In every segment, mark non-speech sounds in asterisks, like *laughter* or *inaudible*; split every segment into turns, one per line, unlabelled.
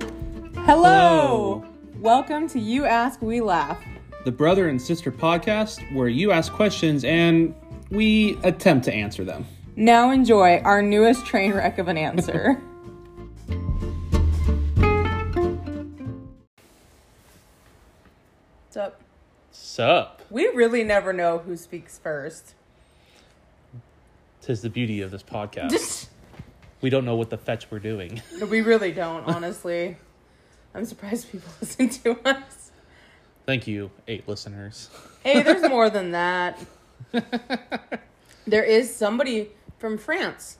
Hello.
Hello.
Welcome to You Ask, We Laugh.
the Brother and Sister podcast, where you ask questions and we attempt to answer them.
Now enjoy our newest train wreck of an
*laughs*
answer. What's up?
Sup?
We really never know who speaks *laughs* first.
Tis the beauty of this podcast. we don't know what the fetch we're doing. *laughs*
we really don't, honestly. I'm surprised people *laughs* listen to us.
Thank you, eight listeners.
Hey, there's more than that.
*laughs*
there is somebody from France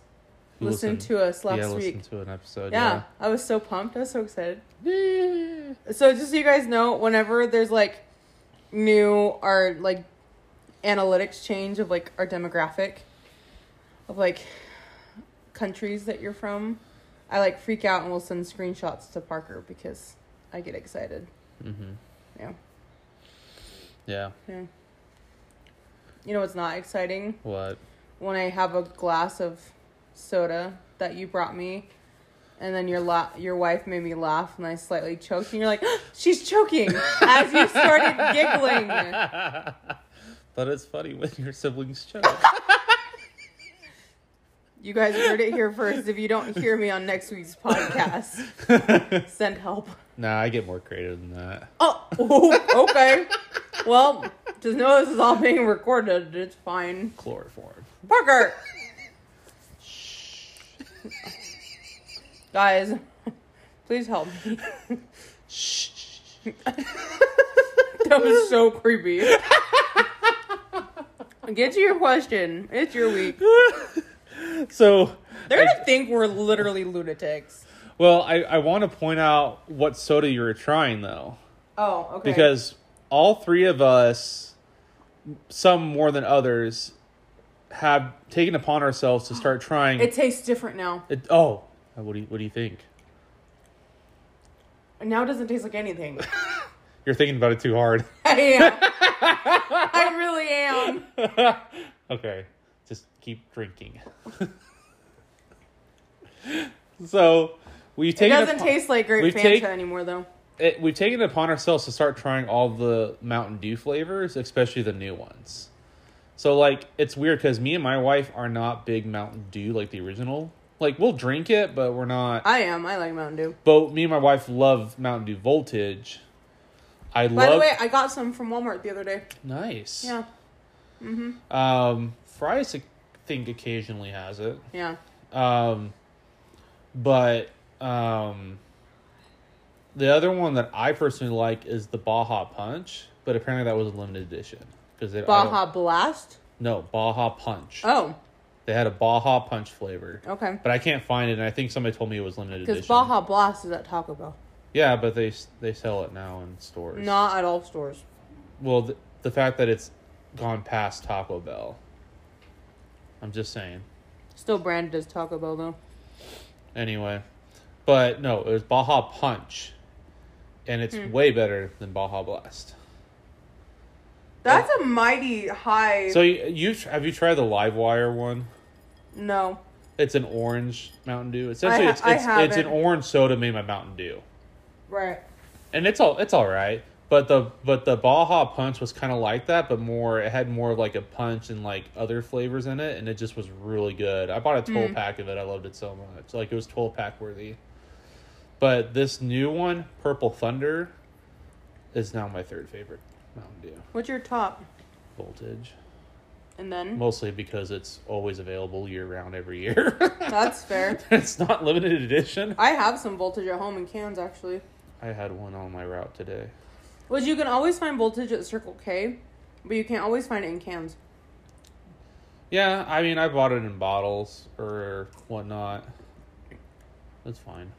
who
listened to us last
yeah,
week.
listened to an episode.
Yeah,
Yeah.
I was so pumped. I was so excited.
Yeah. *laughs*
So just so you guys know, whenever there's like new our like analytics change of like our demographic of like countries that you're from, I like freak out and will send screenshots to Parker because I get excited.
Mhm.
Yeah.
Yeah.
Yeah. You know what's not exciting?
What?
When I have a glass of soda that you brought me and then your la- your wife made me laugh and I slightly choked and you're like, "Ah, "She's choking." as you started giggling.
But it's funny when your siblings choke. *laughs*
You guys heard it here first. If you don't hear me on next week's podcast, send help.
nah, I get more creative than that.
Oh, *laughs* oh, okay. Well, just know this is all being recorded. It's fine.
Chloroform.
Parker! Guys, please help me. That was so creepy. Get to your question. It's your week.
So,
They're gonna think we're literally lunatics.
well, I, I want to point out what soda you were trying, though.
Oh, okay.
because all three of us, some more than others, have taken upon ourselves to start trying.
it tastes different now.
it, oh, what do you what do you think?
Now it doesn't taste like anything. *laughs*
You're thinking about it too hard. *laughs*
I am. I really am.
okay, just keep drinking. *laughs* so we've
It
taken
doesn't
upon-
taste like Great
we've
Fanta
take-
anymore, though.
it- we've taken it upon ourselves to start trying all the Mountain Dew flavors, especially the new ones. So like it's weird because me and my wife are not big Mountain Dew like the original. Like we'll drink it, but we're not.
I am. I like Mountain Dew.
But me and my wife love Mountain Dew Voltage. I
By
love
the way, I got some from Walmart the other day.
nice.
Yeah,
Um, Fry's I think occasionally has it.
yeah.
Um, but um, the other one that I personally like is the Baja Punch, but apparently that was a limited edition because they I don't-
Baja Blast.
no Baja Punch.
Oh,
They had a Baja Punch flavor,
okay.
but I can't find it. And I think somebody told me it was limited
Because
edition.
Baja Blast is at Taco Bell,
yeah, but they s- they sell it now in stores.
not at all stores.
well, the, the fact that it's gone past Taco Bell. I'm just saying.
Still branded as Taco Bell though.
Anyway, but no, it was Baja Punch, and it's
Hmm.
way better than Baja Blast.
That's a mighty high.
So you you've, have you tried the Live Wire one?
no,
It's an orange Mountain Dew. Essentially,
ha-
it's
I
it's, it's
haven't.
an orange soda made by Mountain Dew,
right.
and it's all it's all right. But the but the Baja Punch was kind of like that, but more it had more of like a punch and like other flavors in it, and it just was really good. I bought a twelve pack of it. I loved it so much. Like it was twelve pack worthy. But this new one, Purple Thunder, is now my third favorite Mountain Dew.
What's your top?
Voltage.
And then
Mostly because it's always available year round every year. *laughs*
that's fair.
it's not limited edition.
I have some voltage at home in cans actually.
I had one on my route today.
Well, you can always find voltage at Circle K, but you can't always find it in cans.
Yeah, I mean, I bought it in bottles or whatnot. That's fine.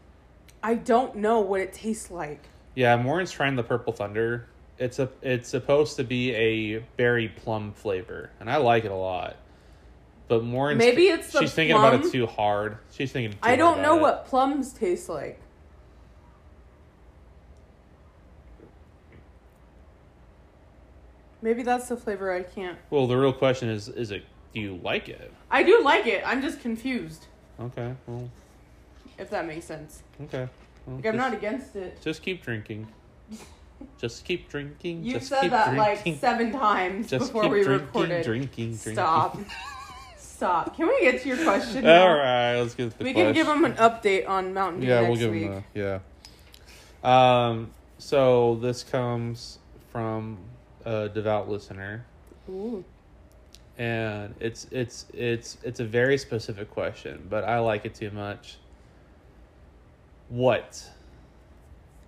I don't know what it tastes like.
Yeah, Morin's trying the Purple Thunder. It's a it's supposed to be a berry plum flavor, and I like it a lot. But Morin's
Maybe it's the
she's thinking about
plum.
it too hard. She's thinking. Too
I
hard
don't
about
know
it.
what plums taste like. Maybe that's the flavor I can't.
Well, the real question is: Is it? Do you like it?
I do like it. I'm just confused,
Okay. Well.
if that makes sense.
Okay. Well,
Like I'm not e-,
just-
against it.
Just keep drinking. Just keep drinking.
You've
just
said
keep
that
drinking.
like seven times
just
before
keep
we
drinking,
recorded.
drinking, drinking.
Stop. Stop. Can we get to your question? now?
*laughs* All right, let's get the
We can
question.
give them an update on Mountain Dew
Yeah,
next
we'll give
week.
him the yeah. Um, so this comes from a devout listener,
Ooh.
and it's it's it's it's a very specific question, but I like it too much. What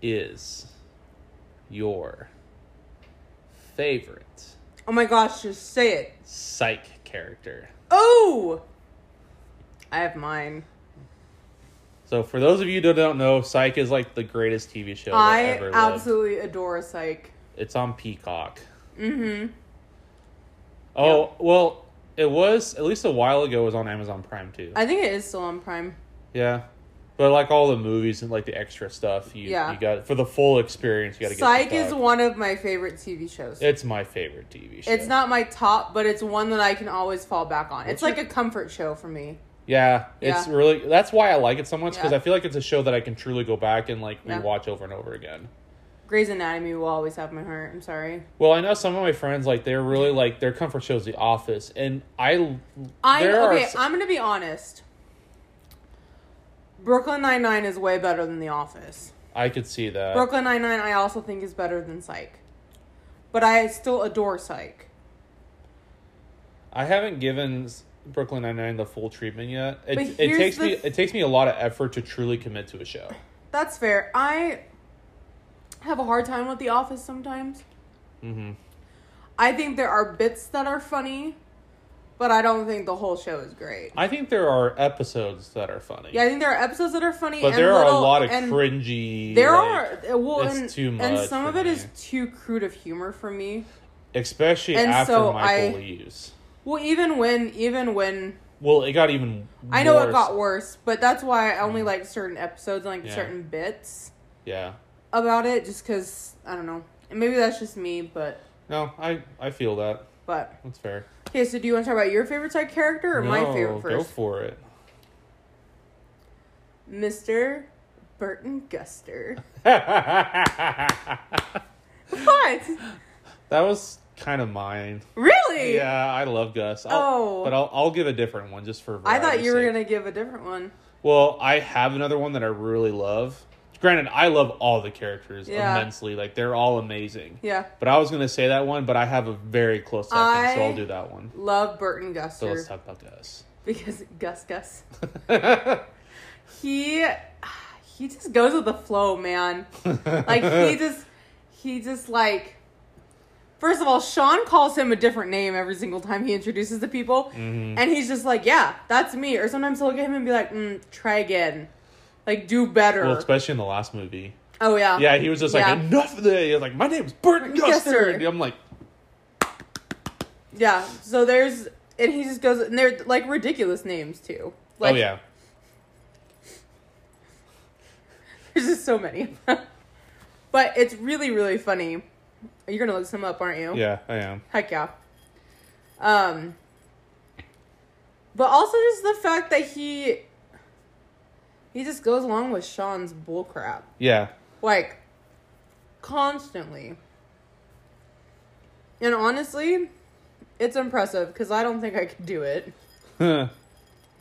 is your favorite
Oh my gosh, just say it.
psych character?
Oh! I have mine.
So for those of you that don't know, Psych is like the greatest TV show that
I
ever lived.
absolutely adore a psych.
It's on Peacock.
Mm-hmm.
Oh well, it was at least a while ago. It was on Amazon Prime too.
I think it is still on Prime.
yeah, but like all the movies and like the extra stuff, you
Yeah.
you got for the full experience. You got to get
Psych is
Peacock.
one of my favorite TV shows.
It's my favorite TV show.
It's not my top, but it's one that I can always fall back on. It's like
What's
a comfort show for me.
Yeah, it's
Yeah.
really that's why I like it so much because
Yeah.
I feel like it's a show that I can truly go back and like
Yeah.
rewatch over and over again.
Grey's Anatomy will always have my heart. I'm sorry.
Well, I know some of my friends like they're really like their comfort show is The Office, and I
I
there
okay.
are s-
I'm gonna be honest. Brooklyn Nine Nine is way better than The Office.
I could see that.
Brooklyn Nine Nine, I also think is better than Psych, but I still adore Psych.
I haven't given s- Brooklyn Nine Nine the full treatment yet. It,
But
it
here's
takes
the
me
th-
it takes me a lot of effort to truly commit to a show.
That's fair. I have a hard time with The Office sometimes.
hmm
I think there are bits that are funny, but I don't think the whole show is great.
I think there are episodes that are funny,
Yeah, I think there are episodes that are funny,
but
and
there are a
little-
lot of
and
cringy.
There
like,
are well,
it's
and,
too
and
much
some
for
of it is
me.
too crude of humor for me.
especially
and
after
so
Michael
I-
leaves.
Well, even when, even when
Well, it got even.
I know it
worse. Mm-hmm.
got worse, but that's why I only like certain episodes and like
Yeah.
certain bits
Yeah.
about it, just because I don't know. And maybe that's just me, but
No, I I feel that.
but
That's fair.
okay. So, do you want to talk about your favorite side character or my
No,
favorite
Go
first,
for it. *laughs*
Mister Burton Guster? *laughs*
that
What?
was kind of mine.
Really?
Yeah, I love Gus. I'll,
Oh.
but I'll I'll give a different one just for.
I thought
variety's
you were
sake.
gonna give a different one.
Well, I have another one that I really love. Granted, I love all the characters
Yeah.
immensely. Like they're all amazing.
Yeah.
But I was gonna say that one, but I have a very close second, so
I-
I'll do that one.
Love Burton Guster.
So let's talk about Gus.
because *laughs* Gus
*laughs*
Gus he he just goes with the flow, man. Like
*laughs*
he just he just like first of all, Sean calls him a different name every single time he introduces the people,
Mm-hmm.
and he's just like, yeah, that's me. Or sometimes he'll look at him and be like, mm, try again, like do better.
Well, especially in the last movie.
oh yeah,
Yeah, he was just like,
Yeah.
enough of this. He was like, my name's Burton
Yes, sir.
Guster. And I'm like, "Oh,
yeah. So there's and he just goes and they're like ridiculous names too. Like,
oh yeah.
There's just so many of them. But it's really, really funny. You're gonna look some up, aren't you?
Yeah, I am.
Heck yeah. Um But also just the fact that he he just goes along with Sean's bullcrap.
Yeah. *laughs*
Like constantly. And honestly, it's impressive because I don't think I could do it.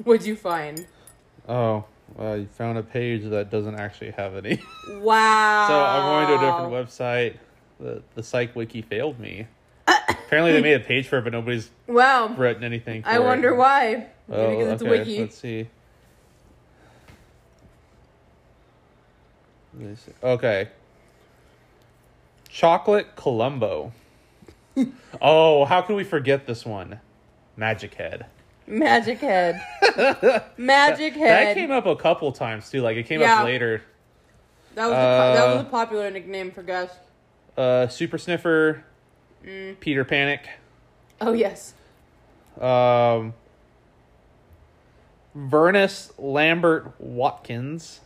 Would you find?
oh, well, you found a page that doesn't actually have any. *laughs*
Wow.
So I'm going to a different website. The the psych wiki failed me. Apparently they made a page for it, but nobody's
Wow.
written anything. For
I
it.
wonder why.
Oh,
Maybe because it's
okay.
wiki.
Let's see. Let's see. Okay.
*laughs*
Chocolate Columbo. oh, how can we forget this one? Magic Head.
Magic head.
*laughs*
Magic head.
That came up a couple times too. Like it came
Yeah.
up later.
That was the, po- that
Uh,
was a popular nickname for Gus.
Uh, Super Sniffer.
Mm.
Peter Panic.
Oh yes.
Um, Vernus Lambert Watkins.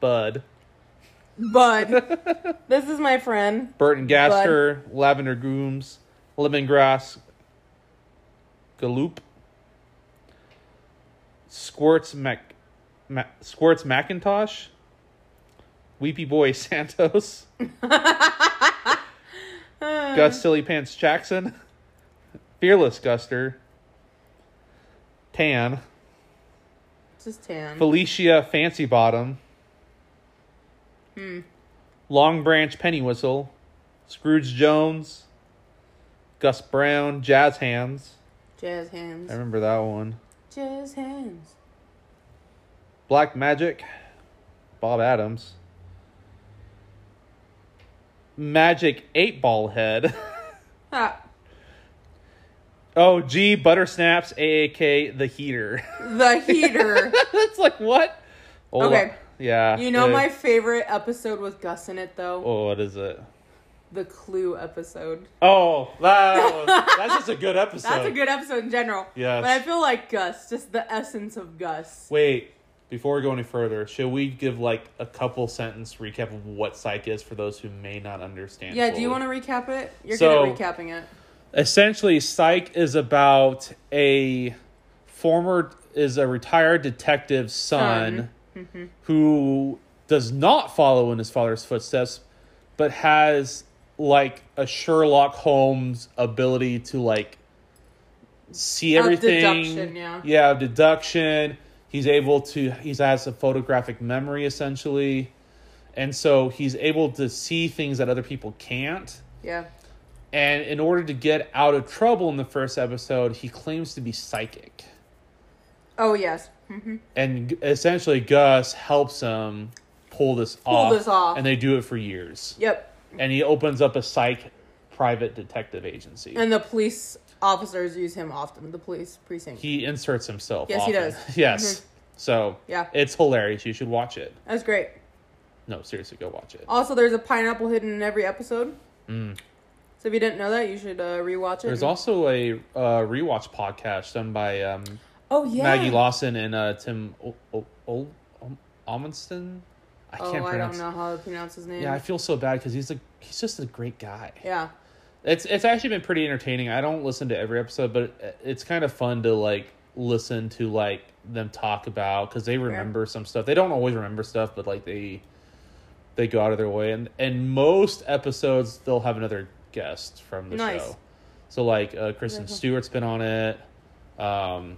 Bud. *laughs*
Bud. this is my friend.
Burton Gaster. Lavender Gooms. Lemongrass. Galoop. Squirts Mac, Mac Squirts Macintosh. Weepy Boy *laughs* Santos, Gus Silly Pants Jackson, Fearless Guster, Tan,
Just tan.
Felicia Fancy Bottom,
Hmm.
Long Branch Penny Whistle, Scrooge Jones, Gus Brown, Jazz Hands.
Jazz
I
hands.
remember that one.
Jazz hands.
Black Magic, Bob Adams, Magic Eight Ball Head, *laughs*
Ah,
oh G Buttersnaps, AAK The Heater. *laughs*
the heater.
That's like what? Oh,
Okay.
Yeah.
you know
dude.
my favorite episode with Gus in it though?
Oh, what is it?
The Clue episode.
Oh, that was, that's just a good
*laughs*
episode.
That's a good episode in general.
Yes.
But I feel like Gus, just the essence of Gus.
Wait, before we go any further, should we give like a couple sentence recap of what psych is for those who may not understand?
Yeah, do you
fully?
want to recap it? You're
So-
good at recapping it.
essentially psych is about a former is a retired detective's son
Mm-hmm.
who does not follow in his father's footsteps but has like a sherlock holmes ability to like see
Of
everything
deduction, yeah.
yeah of deduction he's able to he has a photographic memory essentially and so he's able to see things that other people can't
Yeah.
and in order to get out of trouble in the first episode, he claims to be psychic.
Oh yes. hmm
And g- essentially, Gus helps him pull this off.
this off.
And they do it for years.
Yep.
And he opens up a psych private detective agency.
And the police officers use him often. The police precinct.
he inserts himself.
Yes, he
often.
does.
*laughs*
Mm-hmm.
yes. So
Yeah.
it's hilarious. You should watch it.
That's great.
No, seriously, go watch it.
Also, there's a pineapple hidden in every episode. So if you didn't know that, you should uh, rewatch it.
Mm. There's also a uh, rewatch podcast done by um,
oh yeah,
Maggie Lawson and uh, Tim o- o- o- Om- Amundsen. I
Oh,
can't
I don't
pronounce
know how to pronounce his name.
Yeah, I feel so bad because he's a he's just a great guy.
yeah.
It's it's actually been pretty entertaining. I don't listen to every episode, but it's kind of fun to like listen to like them talk about because they remember some stuff. They don't always remember stuff, but like they they go out of their way and and most episodes they'll have another guest from the
Nice.
show. So like uh, Kristen
Yeah.
Stewart's been on it. Um,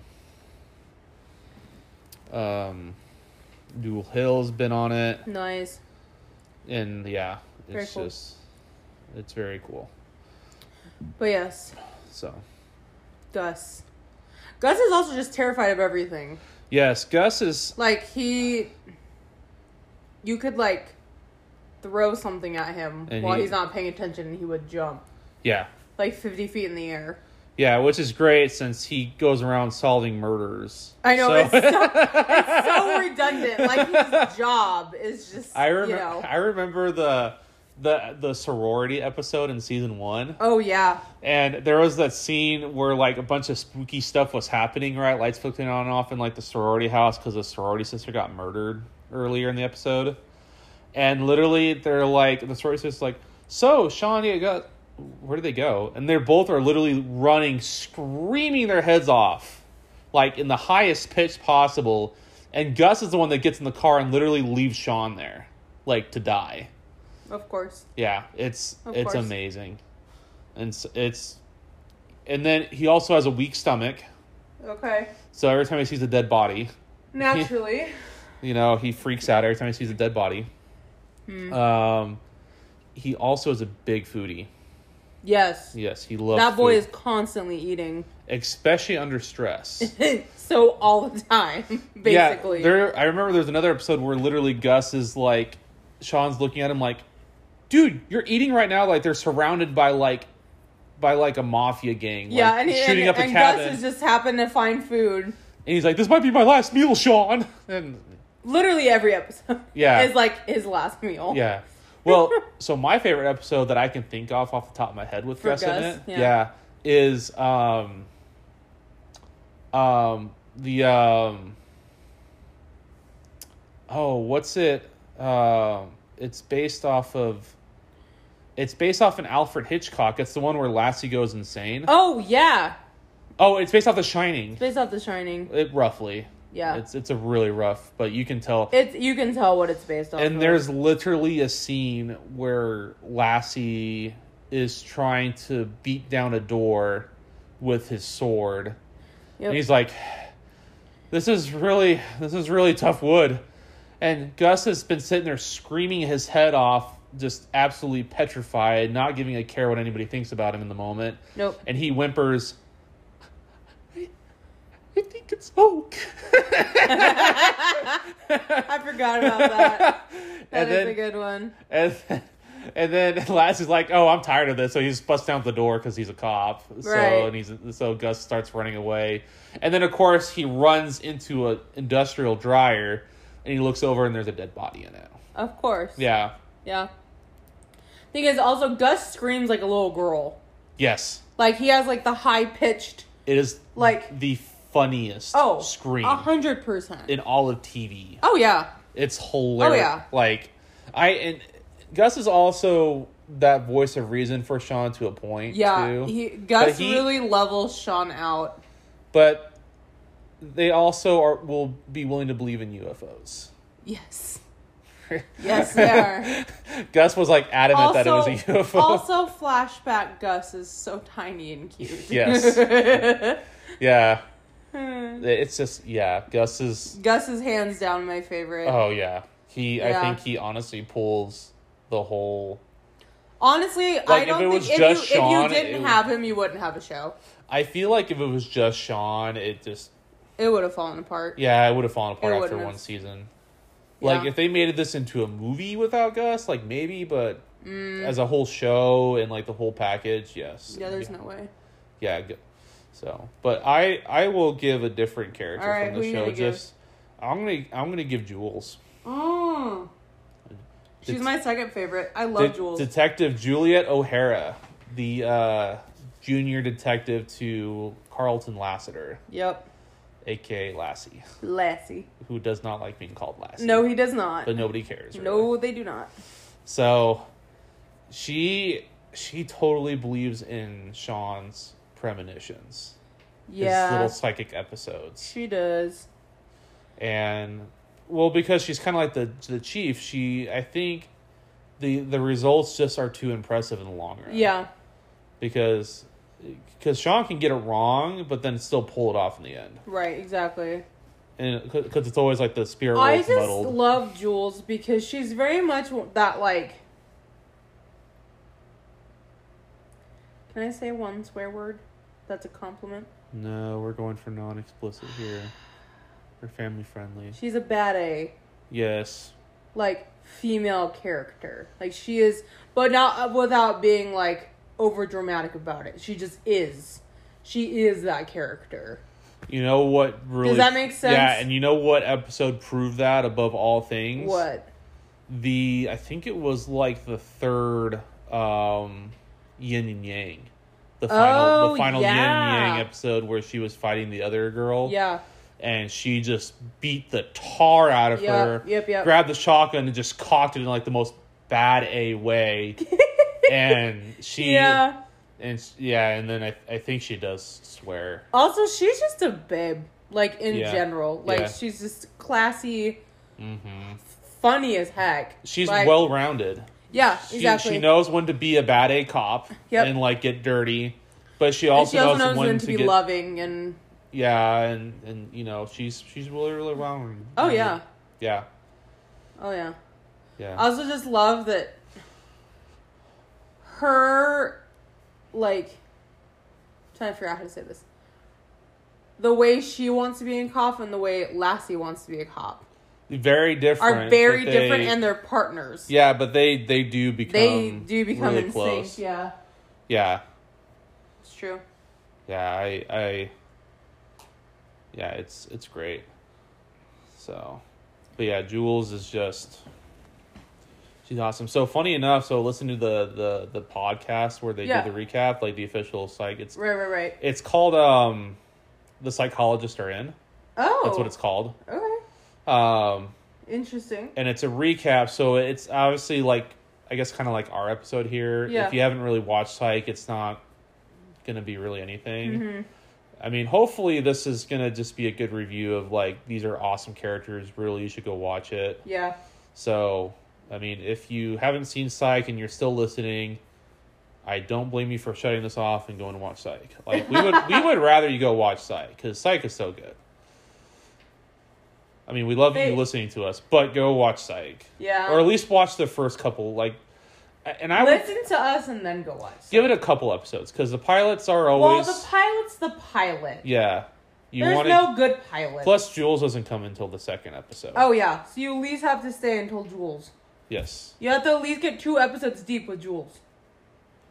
um, Dual Hill's been on it
Nice.
and yeah,
Very
it's
cool.
just it's very cool.
But yes,
So
Gus. Gus is also just terrified of everything.
yes, Gus is
Like he, you could like throw something at him
And
while
he-
he's not paying attention, and he would jump
yeah
like fifty feet in the air.
yeah, which is great since he goes around solving murders.
I know
So-
it's, so, it's so redundant. Like his job is just.
*laughs* I remember
You know.
I remember the the the sorority episode in season one,
oh yeah.
and there was that scene where like a bunch of spooky stuff was happening, right? Lights flickering on and off in like the sorority house because the sorority sister got murdered earlier in the episode. and literally they're like the story's just like so sean you got where did they go and they're both are literally running screaming their heads off like in the highest pitch possible and gus is the one that gets in the car and literally leaves sean there like to die
Of course.
yeah it's
Of
it's
course.
amazing and s- it's and then he also has a weak stomach
Okay.
so every time he sees a dead body
Naturally.
*laughs* You know, he freaks out every time he sees a dead body.
Hmm.
Um, he also is a big foodie.
yes.
Yes, he loves
That boy
food,
is constantly eating. *laughs*
especially under stress.
so all the time, *laughs* basically.
Yeah, there. I remember there's another episode where literally Gus is like, Sean's looking at him like, "Dude, you're eating right now." Like they're surrounded by like, by like a mafia gang. like,
yeah, and, he-
shooting
and,
up a
and
cabin,
Gus has just happened to find food.
and he's like, "This might be my last meal, Sean." And
Literally every episode. *laughs*
Yeah.
Is like his last meal.
Yeah.
*laughs*
Well, so my favorite episode that I can think of off the top of my head with
For
Gus, in
Gus,
it,
yeah.
yeah. is um, um, the um, oh, what's it? Um, it's based off of, it's based off an Alfred Hitchcock. It's the one where Lassie goes insane. Oh,
Oh yeah.
it's based off The Shining,
Based off the shining.
it, roughly.
Yeah. It's,
It's it's a really rough, but you can tell.
you can tell what it's based on.
and there's literally a scene where Lassie is trying to beat down a door with his sword, and he's like, "This is really this is really tough wood." And Gus has been sitting there screaming his head off, just absolutely petrified, not giving a care what anybody thinks about him in the moment.
nope.
*laughs* And he whimpers, "I, I think it's Oak." *laughs*
I forgot about that. That
and
is
then,
a good one.
and then, and then *laughs* Lassie's like, "Oh, I'm tired of this," so he just busts down the door because he's a cop. So
Right.
and he's so Gus starts running away, and then of course he runs into an industrial dryer, and he looks over and there's a dead body in it.
Of course.
Yeah.
Yeah. Thing is, also Gus screams like a little girl.
Yes,
Like he has like the high pitched.
it is
Like-
the funniest
Oh,
scream
a hundred percent.
in all of TV.
Oh yeah.
It's hilarious.
Oh, yeah.
Like I and Gus is also that voice of reason for Sean to a point.
Yeah.
too.
He, Gus
But he-
really levels Sean out.
but they also are will be willing to believe in UFOs.
Yes. Yes, they are.
*laughs* Gus was like adamant
Also,
that it was a UFO.
also, flashback Gus is so tiny and cute.
*laughs* Yes. *laughs* yeah,
Hmm.
it's just yeah. Gus is
*laughs* Gus is hands down my favorite.
oh yeah. He I
Yeah.
think he honestly pulls the whole.
Honestly, I don't
if it
think
was
if you,
just Sean,
if you didn't
it would-
have him, you wouldn't have a show.
I feel like if it was just Sean, it just
It would have fallen apart.
yeah, it would have fallen apart
It
after
wouldn't
one
have.
season.
Yeah.
Like if they made this into a movie without Gus, like maybe, but as a whole show and like the whole package, yes.
Mm. Yeah, there's
no.
no way.
yeah good. so but i i will give a different character
All right, who
from the
you
show
gonna give?
just i'm gonna i'm gonna give jules
Oh. She's
Did-
my second favorite. I love
De-
Jules.
detective juliet o'hara the uh junior detective to carlton lassiter
yep.
aka lassie
Lassie.
who does not like being called lassie
No, he does not.
but nobody cares really.
No, they do not.
so she she totally believes in sean's premonitions his
Yeah.
little psychic episodes
She does.
and well because she's kind of like the the chief she i think the the results just are too impressive in the long run
Yeah.
because because sean can get it wrong but then still pull it off in the end
Right, exactly.
and because it's always like the spirit
I
world's
just
muddled
love Jules because she's very much that like. Can I say one swear word? That's a compliment.
no we're going for non-explicit here we're family friendly
She's a bad A,
yes
like female character. Like she is, but not uh, without being like over dramatic about it. She just is. She is that character.
you know what really
that make sense?
yeah and you know what episode proved that above all things
What?
the I think it was like the third um yin and yang. The final
Oh,
the final yin
yeah.
and yang episode where she was fighting the other girl.
Yeah.
And she just beat the tar out of
Yep,
her.
yep, yep.
Grabbed the shotgun and just cocked it in like the most bad
*laughs*
A way. and she
yeah.
and s- yeah, and then I I think she does swear.
Also, she's just a babe. Like in
Yeah.
general, like
Yeah.
she's just classy,
hmm
funny as heck.
She's
Like-
well rounded.
Yeah,
She,
exactly.
she knows when to be a bad A cop
Yep.
and like get dirty, but she
And
also,
she also
knows, when
to, be
get
loving and
yeah, and and you know she's she's really really well.
oh yeah,
yeah,
oh yeah.
yeah.
I also just love that her like I'm trying to figure out how to say this. The way she wants to be in cop and the way Lassie wants to be a cop
very different.
are very
but they-
different, and they're partners.
yeah, but they they do become
they do become
really
in
close.
sync. Yeah,
yeah,
it's true.
yeah. I I yeah, it's it's great. So, but yeah, Jules is just she's awesome. So funny enough, so listen to the the the podcast where they
Yeah.
do the recap, like the official psych. It's
Right, right, right.
it's called um, the psychologists are in.
Oh,
That's what it's called.
Okay,
Um,
interesting.
and it's a recap, so it's obviously like I guess kind of like our episode here.
Yeah. Mm-hmm.
If you haven't really watched Psych, it's not gonna be really anything. I mean, hopefully this is gonna just be a good review of like these are awesome characters. Really, you should go watch it.
Yeah.
So, I mean, if you haven't seen Psych and you're still listening, I don't blame you for shutting this off and going to watch Psych. Like we would, we would rather you go watch Psych because Psych is so good. I mean, we love
Hey. Um,
you listening to us, but go watch Psych,
Yeah.
or at least watch the first couple. Like, and I would
Listen to us and then go watch.
give it a couple episodes because the pilots are
well,
always
the pilot's the pilot.
yeah. You
There's
want to
no good pilot.
plus Jules doesn't come until the second episode.
oh yeah, so you at least have to stay until Jules.
yes,
You have to at least get two episodes deep with Jules.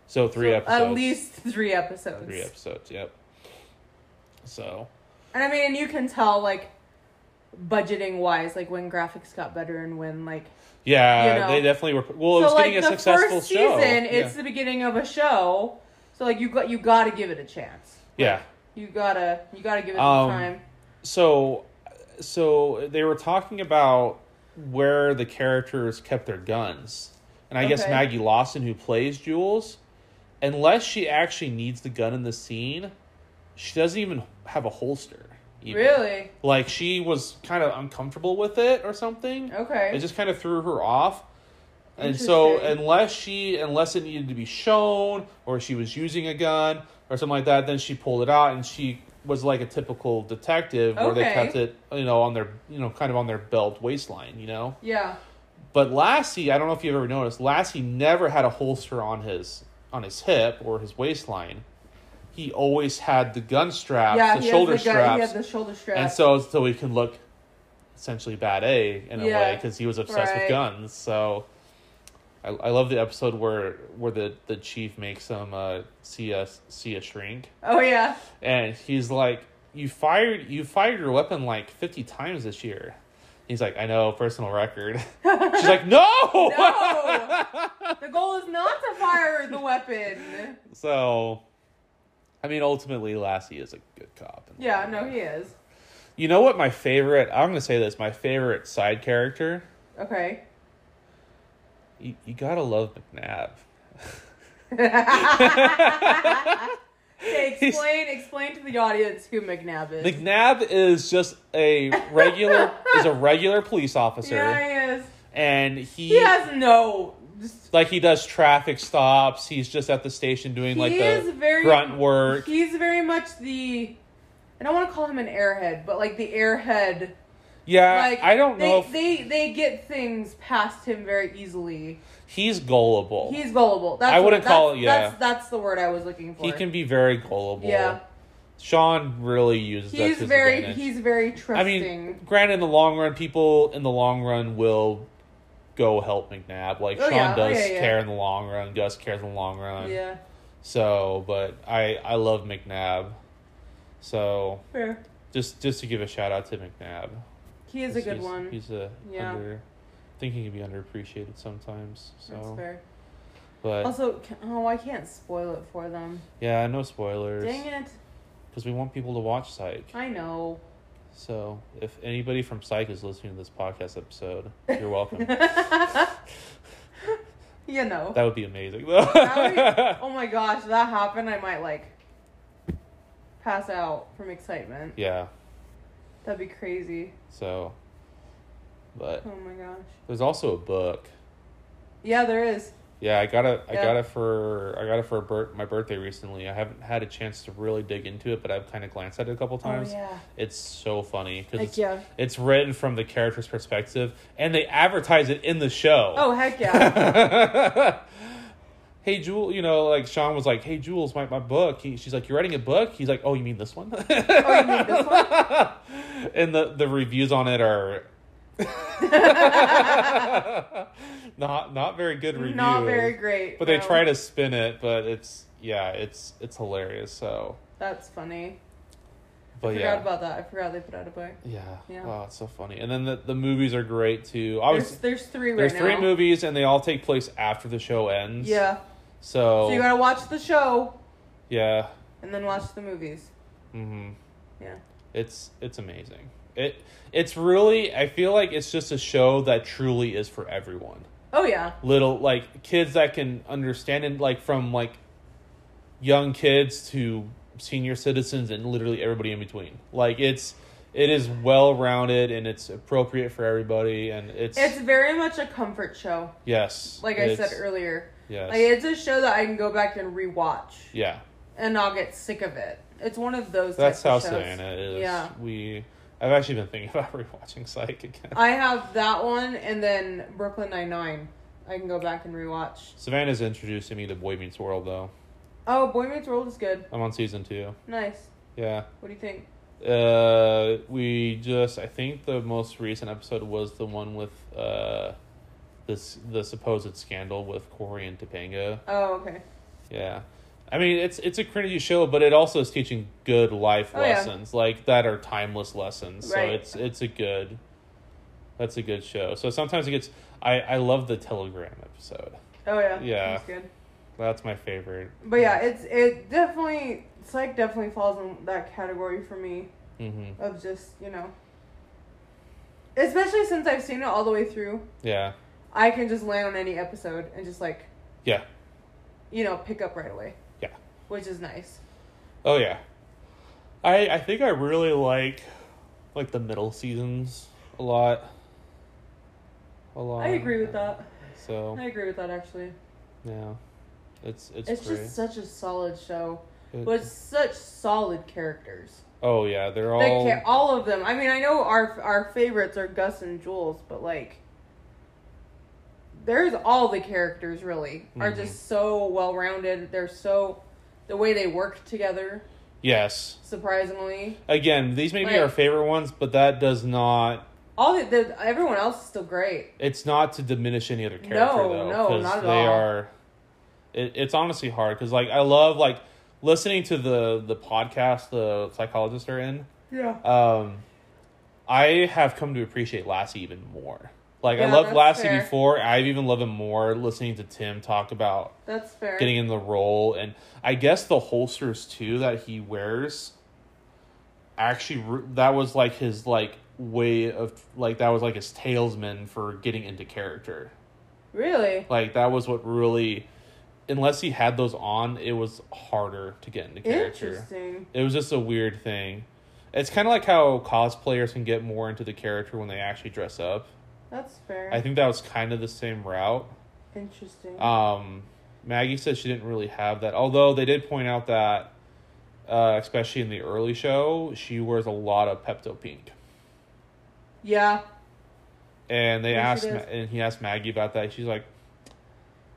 so three
So
episodes.
At least three episodes.
three episodes. Yep. So
And I mean, and you can tell like budgeting wise, like when graphics got better and when like
yeah,
You know.
they definitely were. Well, it was
so like
getting
the
a successful
first
show.
season,
yeah.
it's the beginning of a show, so like you got you got to give it a chance.
yeah.
You gotta you gotta give it some
Um,
time.
So, so they were talking about where the characters kept their guns, and I guess
Okay.
Maggie Lawson, who plays Jules, unless she actually needs the gun in the scene, she doesn't even have a holster. even.
Really?
Like she was kind of uncomfortable with it or something.
Okay.
It just kind of threw her off. And so
Interesting.
unless she unless it needed to be shown or she was using a gun or something like that, then she pulled it out and she was like a typical detective where they
Okay.
kept it, you know, on their you know, kind of on their belt waistline, you know?
yeah.
But Lassie, I don't know if you've ever noticed, Lassie never had a holster on his on his hip or his waistline. He always had the gun straps,
yeah.
the
he
shoulder
has the gun-
straps.
He had the shoulder strap.
And so, so he can look essentially bad A in a way 'cause
Yeah.
way because he was obsessed
Right.
with guns. So I, I love the episode where where the, the chief makes him uh, see a see a shrink,
oh yeah.
and he's like, "You fired you fired your weapon like fifty times this year." He's like, "I know, personal record." *laughs* She's like, "No."
*laughs* No.
*laughs*
*laughs* the goal is not to fire the weapon.
so, I mean, ultimately, Lassie is a good cop.
Yeah. No, he is.
You know what? My favorite. I'm gonna say this. My favorite side character.
*laughs* Okay.
You, you gotta love
*laughs*
McNabb.
Okay. Explain. explain to the audience who McNabb is.
McNabb is just a
*laughs*
regular is a regular police officer,
yeah, he is.
and he
He has no.
like he does traffic stops. He's just at the station doing like
he is
the
very
grunt work.
He's very much the. I don't want to call him an airhead, but like the airhead.
yeah,
Like
Uh, I don't
they,
know if
They they get things past him very easily.
he's gullible.
He's gullible. That's
I wouldn't
what, that's,
call it- yeah.
That's that's the word I was looking for.
he can be very gullible.
Yeah.
Sean really uses. that
He's
to his
very
advantage.
he's very
I
trusting.
mean, granted, in the long run, people in the long run will go help McNabb. Like
Oh,
Sean
yeah. Oh,
does
yeah, yeah.
care in the long run. Gus cares in the long run.
yeah.
So, but I I love McNabb. So
Fair.
just just to give a shout out to McNabb.
He is a good
he's,
one.
He's a
Yeah.
under. I think he can be underappreciated sometimes. So,
That's fair.
but
Also, ca- oh, I can't spoil it for them.
yeah, no spoilers
Dang it!
because we want people to watch Psych.
I know. *laughs*
So if anybody from Psych is listening to this
*laughs*
podcast episode, you're welcome.
you know.
That would be amazing, though.
That would- oh my gosh, that happened. I might like pass out from excitement.
*laughs* yeah.
That'd be crazy.
So, but
Oh my gosh.
there's also a book.
Yeah, there is.
Yeah, I got it. I
Yeah.
got it for I got it for a bir- my birthday recently. I haven't had a chance to really dig into it, but I've kind of glanced at it a couple
Oh
times.
yeah.
It's so funny because
Heck
it's,
yeah.
it's written from the character's perspective, and they advertise it in the show.
Oh heck yeah.
*laughs* hey Jules, you know, like Sean was like, "Hey Jules, my my book." He, she's like, "You're writing a book?" He's like, "Oh, you mean this one?"
oh, you mean this one?
*laughs* and the the reviews on
*laughs*
it are *laughs* not not very good reviews.
Not very great.
But they
no.
try to spin it, but it's yeah, it's it's hilarious. So,
That's funny.
but
I
yeah,
forgot about that. I forgot they put out a book.
yeah,
Yeah.
wow, it's so funny. And then the the movies are great too. I
There's,
was
there's three
there's
right
three
now.
movies, and they all take place after the show ends.
Yeah.
So,
So you gotta watch the show
yeah,
and then watch the movies.
hmm
Yeah.
it's it's amazing. It it's really I feel like it's just a show that truly is for everyone.
Oh yeah.
little like kids that can understand and like from like young kids to senior citizens and literally everybody in between. Like it's it is well rounded and it's appropriate for everybody and it's,
It's very much a comfort show,
yes.
like I said
it's-
earlier.
Yes.
Like it's a show that I can go back and rewatch
yeah.
and not get sick of it. It's one of those.
That's how
types of shows.
Savannah is.
Yeah.
We I've actually been thinking *laughs* about rewatching Psych again.
I have that one and then Brooklyn Nine Nine. I can go back and rewatch.
Savannah's introducing me to Boy Meets World though.
Oh, Boy Meets World is good.
I'm on season two.
Nice.
Yeah.
What do you think?
Uh, we just I think the most recent episode was the one with uh, this the supposed scandal with Corey and Topanga.
Oh, okay.
Yeah, I mean it's it's a cringy show, but it also is teaching good life
Oh, yeah.
lessons like that are timeless lessons. So
Right.
it's it's a good. That's a good show. So sometimes it gets. I I love the Telegram episode.
Oh yeah.
Yeah.
That's good.
That's my favorite.
But yeah, it's it definitely psych definitely falls in that category for me
Mm-hmm.
of just you know. Especially since I've seen it all the way through,
Yeah.
I can just land on any episode and just like
Yeah.
you know pick up right away.
Yeah.
Which is nice.
Oh yeah, I I think I really like like the middle seasons a lot. A lot.
I agree with that.
So
I agree with that actually.
yeah, Um, it's it's,
It's
great.
just such a solid show
It-
with such solid characters.
oh yeah, they're
Like,
all
ca- all of them. I mean, I know our our favorites are Gus and Jules, but like, there's all the characters really are
Mm-hmm.
just so well rounded. They're so the way they work together.
yes.
Surprisingly,
Again, these may be our
Like-
favorite ones, but that does not.
all the, the everyone else is still great.
It's not to diminish any other character
No,
though,
no,
'cause
not at
they
all.
are. It, it's honestly hard because like I love like listening to the the podcast the psychologists are in.
Yeah.
um, I have come to appreciate Lassie even more. Like I
Yeah,
loved
that's
Lassie
fair.
before. I've even loved him more listening to Tim talk about
That's fair.
getting in the role, and I guess the holsters too that he wears. Actually, re- that was like his like way of like that was like his talesman for getting into character.
really?
Like that was what really, unless he had those on, it was harder to get into character.
Interesting.
It was just a weird thing. It's kind of like how cosplayers can get more into the character when they actually dress up.
That's fair.
I think that was kind of the same route.
Interesting.
Um, Maggie said she didn't really have that, although they did point out that, uh, especially in the early show, she wears a lot of Pepto Pink.
yeah.
And they
Yes,
asked,
she
Ma-
does.
and he asked Maggie about that. She's like,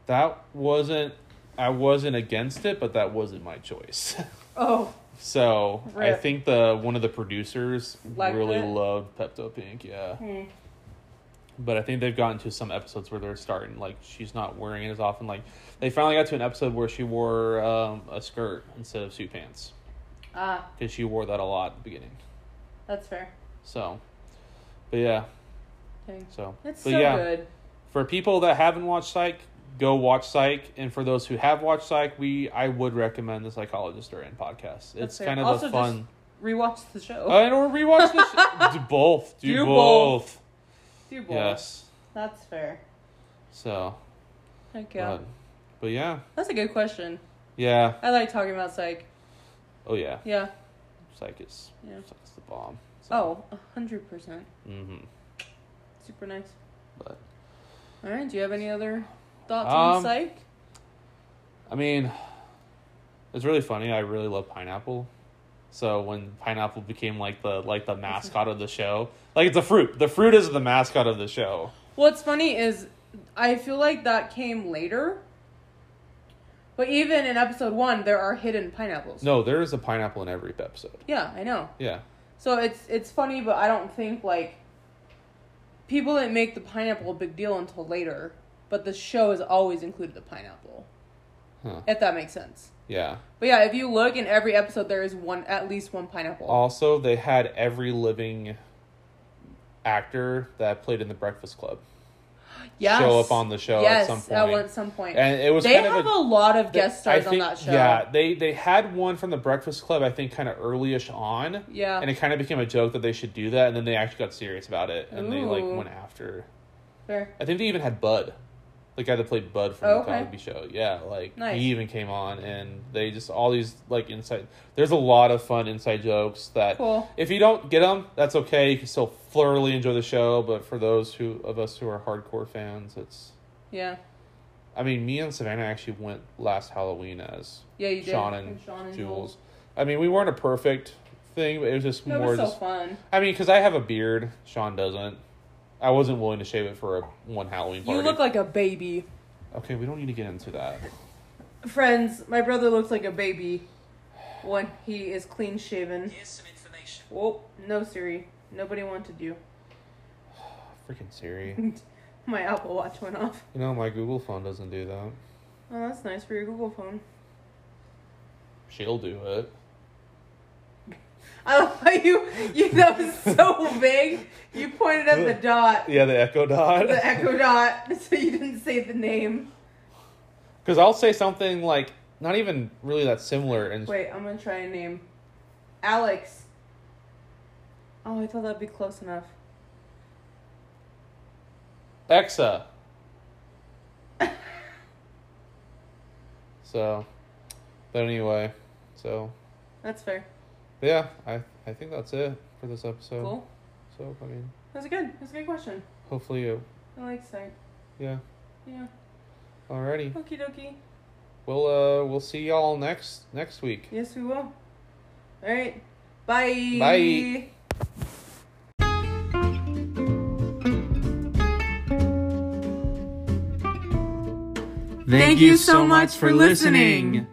"That wasn't, I wasn't against it, but that wasn't my choice." *laughs*
Oh.
So I
Rip.
think the one of the producers
Liked
really
it?
loved Pepto Pink, yeah. But I think they've gotten to some episodes where they're starting like she's not wearing it as often. Like they finally got to an episode where she wore um, a skirt instead of suit pants
Ah,
because she wore that a lot at the beginning.
that's fair.
So, but yeah,
Dang.
so
It's
but
so
yeah,
good.
for people that haven't watched Psych, go watch Psych, and for those who have watched Psych, we I would recommend the Psychologist or In podcast. It's
fair.
kind of
Also just-
a fun.
Rewatch the show.
I don't
*laughs*
rewatch the show. do both. Do,
Do
both.
both. Do both.
Yes.
That's fair.
So.
Heck yeah.
Yeah. But, but yeah.
That's a good question.
Yeah.
I like talking about psych.
Oh yeah.
Yeah.
Psych is.
Yeah.
Psych is the bomb.
Oh, a hundred percent.
hmm
Super nice.
But
All right. Do you have any other thoughts on
Um,
psych?
I mean, it's really funny. I really love pineapple. So when pineapple became like the like the mascot of the show, like it's a fruit. The fruit is the mascot of the show.
What's funny is I feel like that came later. But even in episode one, there are hidden pineapples.
No, there is a pineapple in every episode.
Yeah, I know.
Yeah.
So it's it's funny, but I don't think like people didn't make the pineapple a big deal until later. But the show has always included the pineapple,
Huh.
if that makes sense.
Yeah.
But yeah, if you look in every episode, there is one at least one pineapple.
Also, they had every living actor that played in the Breakfast Club
yes.
show up on the show
yes,
at some point.
at one- some point.
and it was
they
kind
have
of
a,
a,
lot of guest
I
stars
think-
on that show.
Yeah, they they had one from the Breakfast Club, I think, kind of earlyish on,
Yeah.
and it kind of became a joke that they should do that, and then they actually got serious about it, and they like
Ooh.
went after.
Fair.
I think they even had Bud. the guy that played Bud from
Oh, Okay.
the Cosby Show. Yeah, like
Nice.
he even came on, and they just all these like inside. There's a lot of fun inside jokes that
Cool.
if you don't get them, that's okay. You can still thoroughly enjoy the show. But for those who of us who are hardcore fans, it's.
Yeah.
I mean, me and Savannah actually went last Halloween as
Yeah, you did.
Sean and,
Sean and
Jules. I mean, we weren't a perfect thing, but it was just
That
more.
was so
just,
fun.
I mean, because I have a beard, Sean doesn't. I wasn't willing to shave it for a one Halloween party.
You look like a baby.
okay, we don't need to get into that.
Friends, my brother looks like a baby when he is clean shaven.
Here's some information.
Oh, no Siri. Nobody wanted you. *laughs*
Freaking Siri.
My Apple Watch went off.
You know, my Google phone doesn't do that.
Oh, that's nice for your Google phone.
She'll do it.
I love how you, you that was so big. You pointed at the dot,
*laughs* Yeah, the Echo Dot. *laughs*
the echo dot, *laughs* so you didn't say the name.
Because I'll say something like, not even really that similar. And
Wait, I'm gonna try a name. Alex. Oh, I thought that'd be close enough. *laughs*
Exa. so, but anyway, so
That's fair.
yeah, I I think that's it for this episode.
Cool.
So I mean,
That was good. That was a good question.
hopefully, it,
I like sight.
yeah.
Yeah.
Alrighty.
Okie dokie.
We'll uh we'll see y'all next next week.
Yes, we will. All right. Bye.
Bye.
Thank you you so so much much for for listening. listening.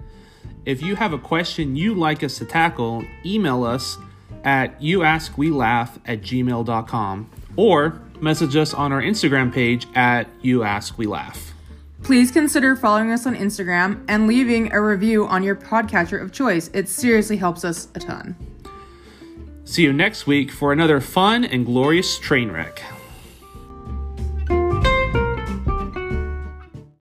If you have a question you'd like us to tackle, email us at youaskwelaugh at gmail.com or message us on our Instagram page at youaskwelaugh.
Please consider following us on Instagram and leaving a review on your podcatcher of choice. It seriously helps us a ton.
See you next week for another fun and glorious train wreck.